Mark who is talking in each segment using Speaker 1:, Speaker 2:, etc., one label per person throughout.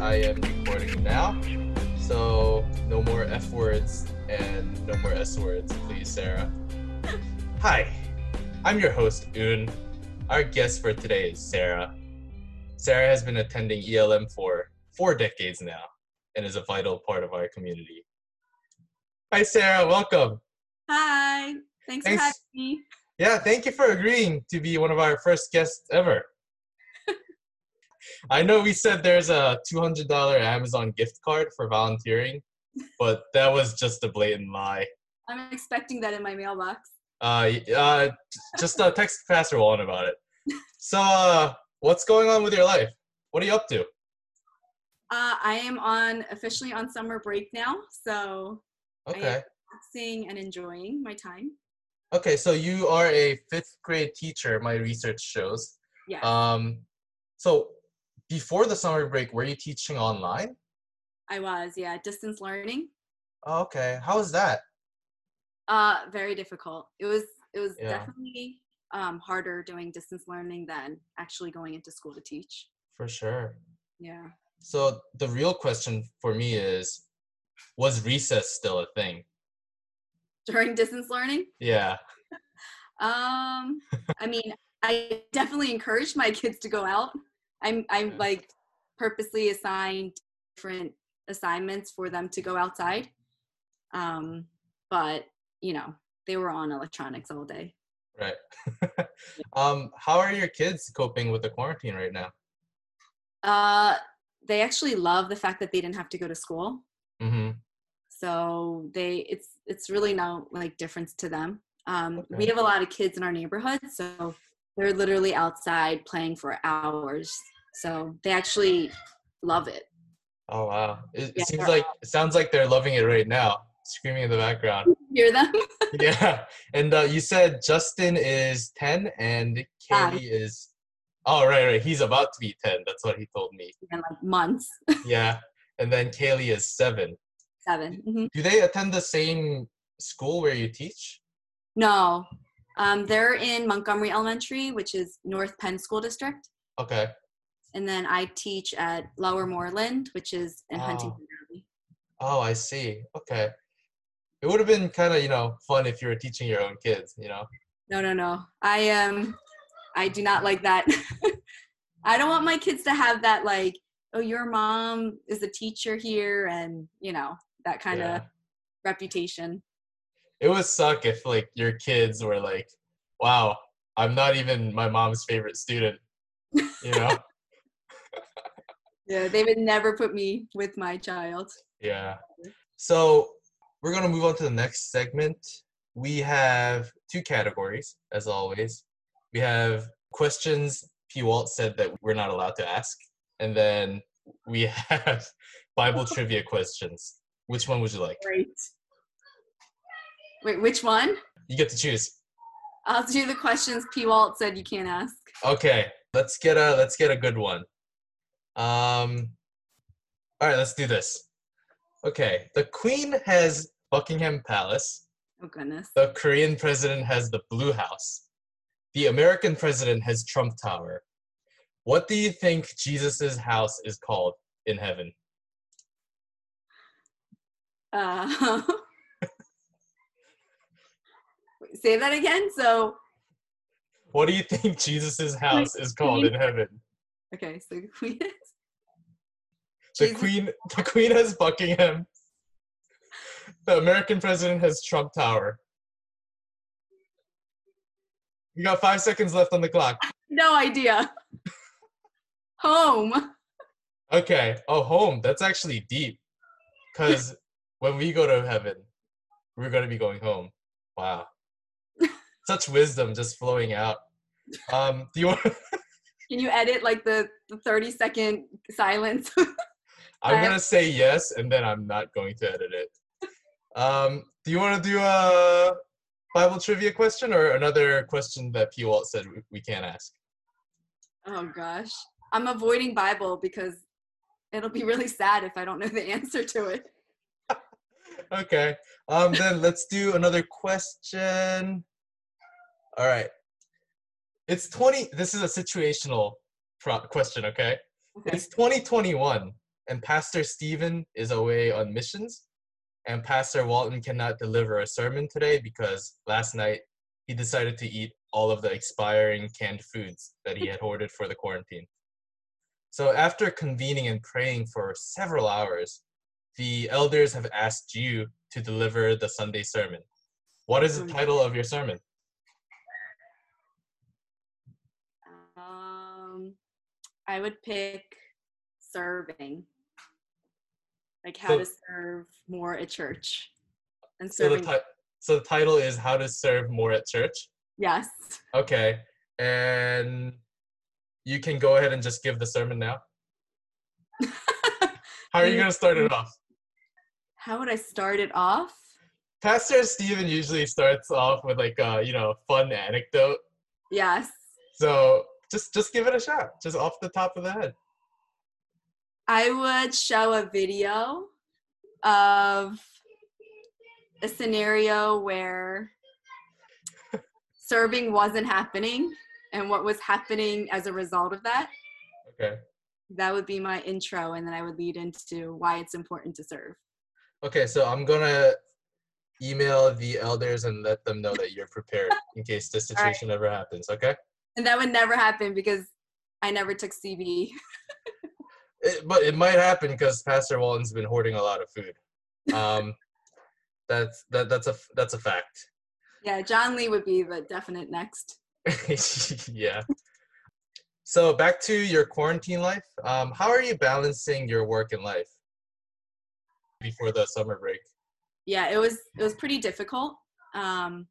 Speaker 1: am recording now. So no more F words and no more S words, please, Sarah. Hi, I'm your host, Un. Our guest for today is Sarah. Sarah has been attending ELM for four decades now and is a vital part of our community. Hi, Sarah. Welcome.
Speaker 2: Hi. Thanks, for
Speaker 1: Thanks.
Speaker 2: having me.
Speaker 1: Yeah, thank you for agreeing to be one of our first guests ever. I know we said there's a $200 Amazon gift card for volunteering, but that was just a blatant lie.
Speaker 2: I'm expecting that in my mailbox.
Speaker 1: Uh, y- uh, just uh, text Pastor Wallen about it. So, uh, what's going on with your life? What are you up to?
Speaker 2: Uh, I am on officially on summer break now, so
Speaker 1: Okay.
Speaker 2: relaxing and enjoying my time.
Speaker 1: Okay, so you are a fifth grade teacher, my research shows.
Speaker 2: Yeah.
Speaker 1: Um, so, before the summer break, were you teaching online?
Speaker 2: I was, yeah, distance learning.
Speaker 1: Oh, okay. How is that?
Speaker 2: Uh, very difficult. It was it was
Speaker 1: Yeah.
Speaker 2: definitely um, harder doing distance learning than actually going into school to teach.
Speaker 1: For sure.
Speaker 2: Yeah.
Speaker 1: So the real question for me is, was recess still a thing?
Speaker 2: During distance learning,
Speaker 1: Yeah.
Speaker 2: Um, I mean, I definitely encourage my kids to go out. I'm I'm
Speaker 1: Yeah.
Speaker 2: like purposely assigned different assignments for them to go outside. Um, but you know, they were on electronics all day.
Speaker 1: Right. um, how are your kids coping with the quarantine right now?
Speaker 2: Uh, they actually love the fact that they didn't have to go to school.
Speaker 1: Mm-hmm.
Speaker 2: So they it's it's really no like difference to them. Um, We
Speaker 1: Okay.
Speaker 2: have a lot of kids in our neighborhood, so they're literally outside playing for hours. So they actually love it.
Speaker 1: Oh wow. It,
Speaker 2: Yeah,
Speaker 1: it seems
Speaker 2: they're
Speaker 1: like it sounds like they're loving it right now. Screaming in the background.
Speaker 2: Hear them?
Speaker 1: yeah. And uh, you said Justin is ten and
Speaker 2: Five.
Speaker 1: Katie is Oh right, right. He's about to be ten. That's what he told me.
Speaker 2: In like months,
Speaker 1: Yeah. And then Kaylee is seven.
Speaker 2: 7 Mhm.
Speaker 1: Do they attend the same school where you teach?
Speaker 2: No, um, they're in Montgomery Elementary, which is North Penn School District,
Speaker 1: Okay.
Speaker 2: and then I teach at Lower Moreland, which is in
Speaker 1: Wow.
Speaker 2: Huntington Valley.
Speaker 1: Oh, I see. Okay. It would have been kind of, you know, fun if you were teaching your own kids, you know?
Speaker 2: No, no, no. I um, I do not like that. I don't want my kids to have that like, oh, your mom is a teacher here, and you know that kind of
Speaker 1: Yeah.
Speaker 2: reputation.
Speaker 1: It would suck if, like, your kids were like, wow, I'm not even my mom's favorite student, you know?
Speaker 2: Yeah, they would never put me with my child.
Speaker 1: yeah. So we're going to move on to the next segment. We have two categories, as always. We have questions P. Walt said that we're not allowed to ask, and then we have Bible trivia questions. Which one would you like?
Speaker 2: Right. Wait, which one?
Speaker 1: You get to choose.
Speaker 2: I'll do the questions P. Walt said you can't ask.
Speaker 1: Okay, let's get a let's get a good one. Um, all right, let's do this. Okay, the Queen has Buckingham Palace.
Speaker 2: Oh goodness.
Speaker 1: The Korean president has the Blue House. The American president has Trump Tower. What do you think Jesus's house is called in heaven?
Speaker 2: Uh, say that again. So
Speaker 1: What do you think Jesus's house is called in heaven?
Speaker 2: okay, so Queen.
Speaker 1: The Queen, the Queen has Buckingham. The American president has Trump Tower. You got five seconds left on the clock.
Speaker 2: No idea. Home.
Speaker 1: Okay. Oh, home. That's actually deep. Because when we go to heaven, we're going to be going home. Wow. Such wisdom just flowing out. Um, do you want?
Speaker 2: Can you edit like the, the 30 second silence?
Speaker 1: I'm
Speaker 2: I-
Speaker 1: gonna say yes, and then I'm not going to edit it. Um, do you want to do a Bible trivia question or another question that P. Walt said we- we can't ask?
Speaker 2: oh gosh. I'm avoiding Bible because it'll be really sad if I don't know the answer to it.
Speaker 1: Okay. Um, then let's do another question. All right. It's 20. This is a situational pro- question. Okay?
Speaker 2: Okay.
Speaker 1: It's 2021, and Pastor Stephen is away on missions, and Pastor Walton cannot deliver a sermon today because last night he decided to eat all of the expiring canned foods that he had hoarded for the quarantine. So, after convening and praying for several hours, the elders have asked you to deliver the Sunday sermon. What is the title of your sermon?
Speaker 2: Um, I would pick serving, like how
Speaker 1: So-
Speaker 2: to serve more at church, and
Speaker 1: So the,
Speaker 2: serving.
Speaker 1: ti- so, the title is How to Serve More at Church.
Speaker 2: yes.
Speaker 1: Okay. And you can go ahead and just give the sermon now. How are you going to start it off?
Speaker 2: How would I start it off?
Speaker 1: Pastor Stephen usually starts off with like a, you know, fun anecdote.
Speaker 2: Yes.
Speaker 1: So just just give it a shot, just off the top of the head.
Speaker 2: I would show a video of a scenario where serving wasn't happening and what was happening as a result of that.
Speaker 1: Okay.
Speaker 2: That would be my intro, and then I would lead into why it's important to serve.
Speaker 1: Okay, so I'm gonna email the elders and let them know that you're prepared in case this
Speaker 2: All right.
Speaker 1: situation ever happens. Okay,
Speaker 2: And that would never happen because I never took CB.
Speaker 1: It- but it might happen because Pastor Walton's been hoarding a lot of food. Um, that's that that's a that's a fact.
Speaker 2: Yeah, John Lee would be the definite next.
Speaker 1: yeah. So back to your quarantine life. Um, how are you balancing your work and life before the summer break?
Speaker 2: yeah it was it was pretty difficult um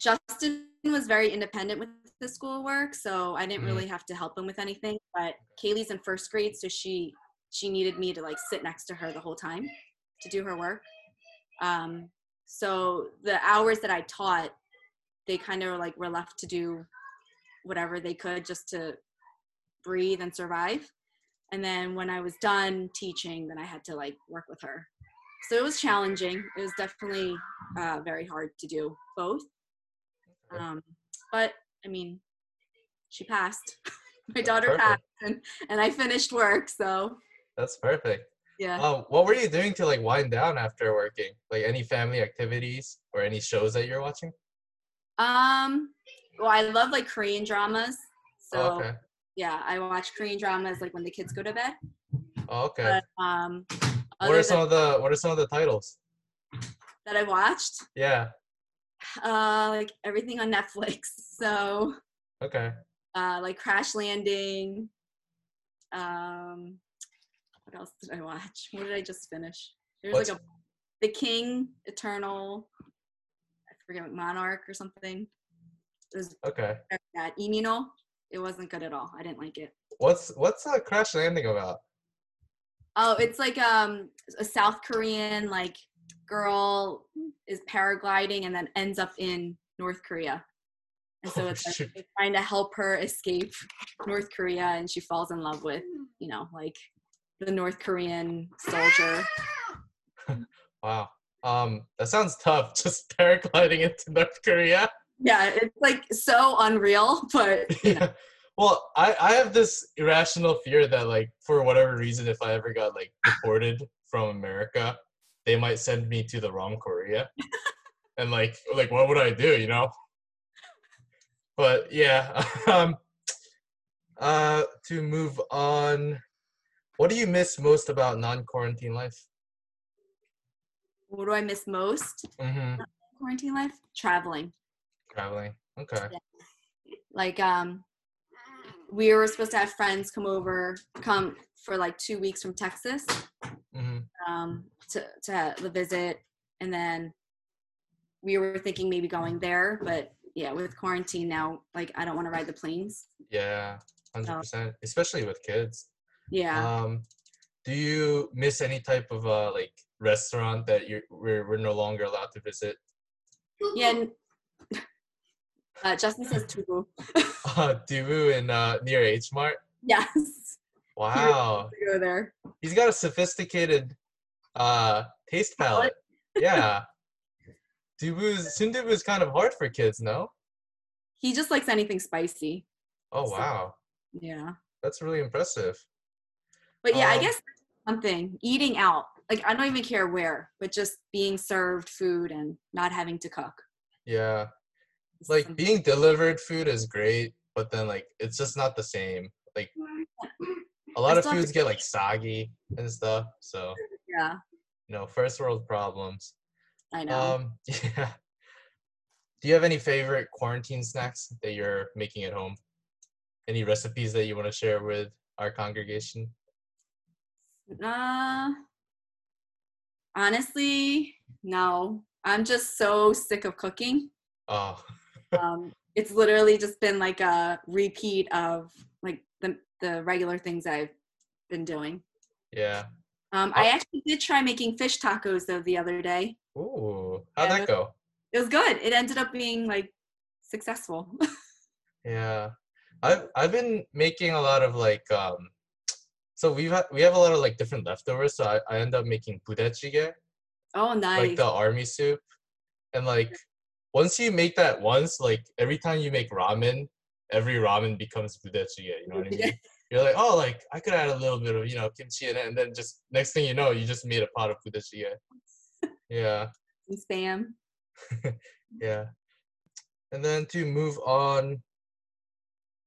Speaker 2: justin was very independent with the schoolwork so i didn't
Speaker 1: Mhm.
Speaker 2: really have to help him with anything but kaylee's in first grade so she she needed me to like sit next to her the whole time to do her work um so the hours that i taught they kind of like were left to do whatever they could just to breathe and survive and then when i was done teaching then i had to like work with her so it was challenging it was definitely uh, very hard to do both
Speaker 1: Okay.
Speaker 2: um, but i mean she passed my
Speaker 1: That's
Speaker 2: daughter
Speaker 1: perfect.
Speaker 2: passed and, and i finished work so
Speaker 1: That's perfect.
Speaker 2: yeah
Speaker 1: Um, what were you doing to like wind down after working? Like any family activities or any shows that you're watching?
Speaker 2: um well i love like korean dramas so
Speaker 1: Oh, okay.
Speaker 2: yeah i watch korean dramas like when the kids go to bed
Speaker 1: Oh, okay.
Speaker 2: but um
Speaker 1: what
Speaker 2: other
Speaker 1: are
Speaker 2: than
Speaker 1: some of the What are some of the titles?
Speaker 2: that i watched
Speaker 1: Yeah.
Speaker 2: uh like everything on netflix so
Speaker 1: Okay.
Speaker 2: uh, like Crash Landing. Um, what else did I watch? What did I just finish? There's
Speaker 1: What's-
Speaker 2: like a The King, Eternal, I forget Monarch or something. It was
Speaker 1: Okay.
Speaker 2: very bad. Immuno. It wasn't good at all. I didn't like it.
Speaker 1: What's What's uh, Crash Landing about?
Speaker 2: Oh, it's like um a South Korean like girl is paragliding and then ends up in North Korea. And so
Speaker 1: Oh,
Speaker 2: it's like
Speaker 1: shoot.
Speaker 2: they're trying to help her escape North Korea and she falls in love with, you know, like the North Korean soldier.
Speaker 1: Wow. Um, that sounds tough. Just paragliding into North Korea.
Speaker 2: Yeah, it's like so unreal, but you know,
Speaker 1: well, I I have this irrational fear that like for whatever reason, if I ever got like deported from America, they might send me to the wrong Korea, and like like what would I do? You know. But yeah. Um, uh, to move on, what do you miss most about non-quarantine life?
Speaker 2: what do I miss most in
Speaker 1: hmm
Speaker 2: quarantine life? Traveling.
Speaker 1: Traveling. Okay.
Speaker 2: Like um we were supposed to have friends come over, come for like two weeks from Texas.
Speaker 1: hmm
Speaker 2: um, to, to the visit. And then we were thinking maybe going there, but yeah, with quarantine now, like I don't want to ride the planes.
Speaker 1: Yeah, hundred percent. Especially with kids.
Speaker 2: Yeah.
Speaker 1: Um, do you miss any type of uh, like restaurant that you're we're, we're no longer allowed to visit?
Speaker 2: yeah. and- Uh, Justin says Tubu.
Speaker 1: Uh, Dubu in uh, near H Mart.
Speaker 2: Yes.
Speaker 1: Wow,
Speaker 2: we Go there.
Speaker 1: he's got a sophisticated uh, taste palette. Yeah, Dubu's Sundubu's kind of hard for kids, no?
Speaker 2: He just likes anything spicy.
Speaker 1: Oh
Speaker 2: So-
Speaker 1: wow,
Speaker 2: Yeah.
Speaker 1: that's really impressive.
Speaker 2: But yeah, I
Speaker 1: Um,
Speaker 2: guess that's one thing eating out. Like I don't even care where, but just being served food and not having to cook.
Speaker 1: Yeah.
Speaker 2: is
Speaker 1: Like
Speaker 2: something-
Speaker 1: being delivered food is great, but then like it's just not the same. Like a lot of
Speaker 2: still have to-
Speaker 1: foods get like soggy and stuff. So
Speaker 2: yeah,
Speaker 1: you know, first world problems.
Speaker 2: I know.
Speaker 1: Um, yeah. Do you have any favorite quarantine snacks that you're making at home? Any recipes that you want to share with our congregation?
Speaker 2: Uh, honestly, no. I'm just so sick of cooking.
Speaker 1: Oh,
Speaker 2: Um, it's literally just been like a repeat of like the the regular things I've been doing.
Speaker 1: yeah.
Speaker 2: Um, I actually did try making fish tacos though the other day.
Speaker 1: Ooh, how'd
Speaker 2: Yeah.
Speaker 1: that go?
Speaker 2: It was good. It ended up being like successful.
Speaker 1: Yeah, I've I've been making a lot of like um, so we've had, we have a lot of like different leftovers. So I, I end up making budachige,
Speaker 2: oh, nice.
Speaker 1: like the army soup, and like once you make that once, like every time you make ramen, every ramen becomes budachige. You know what I mean? You're like, oh, like I could add a little bit of you know kimchi in it, and then just next thing you know, you just made a pot of budachige. Yeah.
Speaker 2: Some spam.
Speaker 1: Yeah. And then to move on,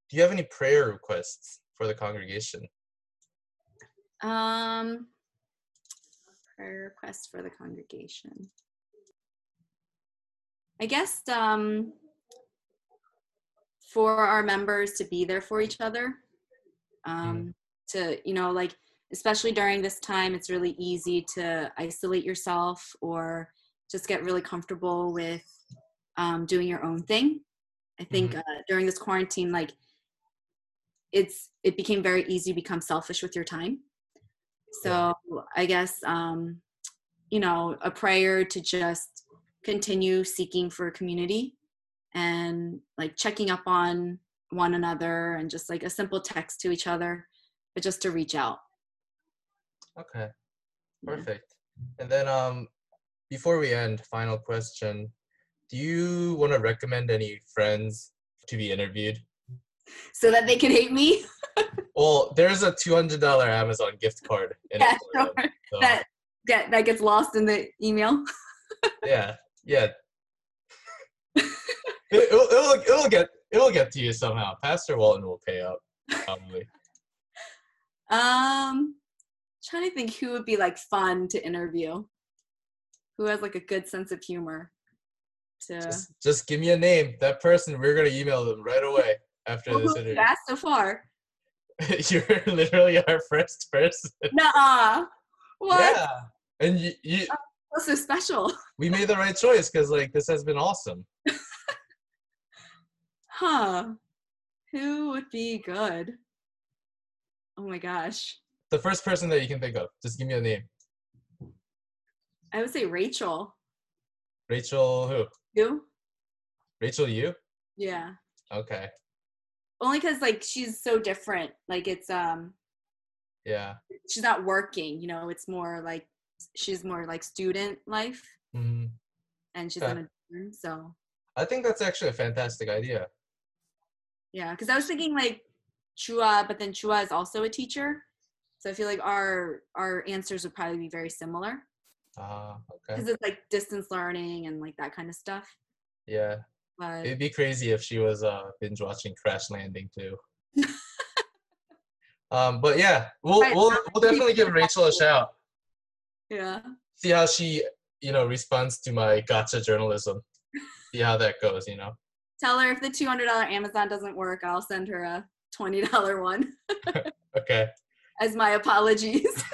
Speaker 1: do you have any prayer requests for the congregation?
Speaker 2: Um, prayer request for the congregation. I guess um, for our members to be there for each other. Um, To, you know, like, especially during this time, it's really easy to isolate yourself or just get really comfortable with um, doing your own thing. I think
Speaker 1: Mhm.
Speaker 2: uh, during this quarantine, like, it's it became very easy to become selfish with your time so i guess um you know a prayer to just continue seeking for community and like checking up on one another and just like a simple text to each other but just to reach out
Speaker 1: Okay,
Speaker 2: Yeah.
Speaker 1: perfect. And then um before we end, final question. Do you want to recommend any friends to be interviewed?
Speaker 2: so that they can hate me
Speaker 1: Well, there's a $200 Amazon gift card in
Speaker 2: yeah,
Speaker 1: it. for them,
Speaker 2: sure.
Speaker 1: so,
Speaker 2: that get that gets lost in the email
Speaker 1: yeah, yeah. it, will it'll, it'll get it'll get to you somehow. Pastor Walton will pay up probably.
Speaker 2: um trying to think who would be like fun to interview who has like a good sense of humor to
Speaker 1: Just, just give me a name. That person, we're gonna email them right away after
Speaker 2: Who
Speaker 1: this
Speaker 2: have you asked so far
Speaker 1: interview. You're literally our first person.
Speaker 2: Nuh-uh. What? Uh,
Speaker 1: Yeah, and you, you,
Speaker 2: What's so special?
Speaker 1: we made the right choice because like this has been awesome.
Speaker 2: Huh. Who would be good? Oh my gosh.
Speaker 1: The first person that you can think of, just give me a name.
Speaker 2: I would say Rachel.
Speaker 1: Rachel who?
Speaker 2: You?
Speaker 1: Rachel you?
Speaker 2: Yeah.
Speaker 1: Okay,
Speaker 2: Only because like she's so different. Like it's um
Speaker 1: yeah.
Speaker 2: she's not working, you know, it's more like she's more like student life
Speaker 1: hmm
Speaker 2: and she's
Speaker 1: Okay.
Speaker 2: in a dorm, so
Speaker 1: I think that's actually a fantastic idea.
Speaker 2: yeah. Cause I was thinking like Chua, but then Chua is also a teacher. So I feel like our our answers would probably be very similar.
Speaker 1: Ah, okay.
Speaker 2: Because it's like distance learning and like that kind of stuff.
Speaker 1: Yeah,
Speaker 2: But
Speaker 1: it'd be crazy if she was uh binge watching Crash Landing too. um, but yeah, we'll
Speaker 2: Right,
Speaker 1: we'll
Speaker 2: now
Speaker 1: we'll
Speaker 2: she-
Speaker 1: definitely give Rachel a shout.
Speaker 2: yeah.
Speaker 1: see how she you know responds to my gotcha journalism see how that goes you know
Speaker 2: Tell her if the two hundred dollar Amazon doesn't work, I'll send her a twenty dollar one
Speaker 1: okay
Speaker 2: as my apologies.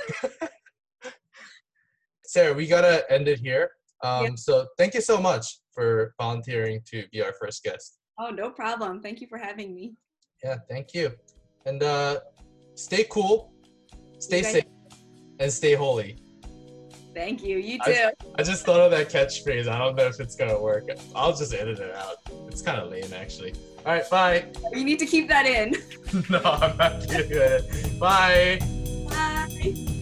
Speaker 1: sarah we gotta end it here um,
Speaker 2: Yeah.
Speaker 1: so thank you so much for volunteering to be our first guest
Speaker 2: oh, no problem. Thank you for having me.
Speaker 1: yeah thank you and uh, stay cool stay
Speaker 2: You guys-
Speaker 1: safe and stay holy
Speaker 2: Thank you. You
Speaker 1: I-
Speaker 2: too.
Speaker 1: i just thought of that catchphrase i don't know if it's gonna work i'll just edit it out it's kind of lame actually all right bye
Speaker 2: You need to keep that in.
Speaker 1: no i'm not kidding bye
Speaker 2: Bye.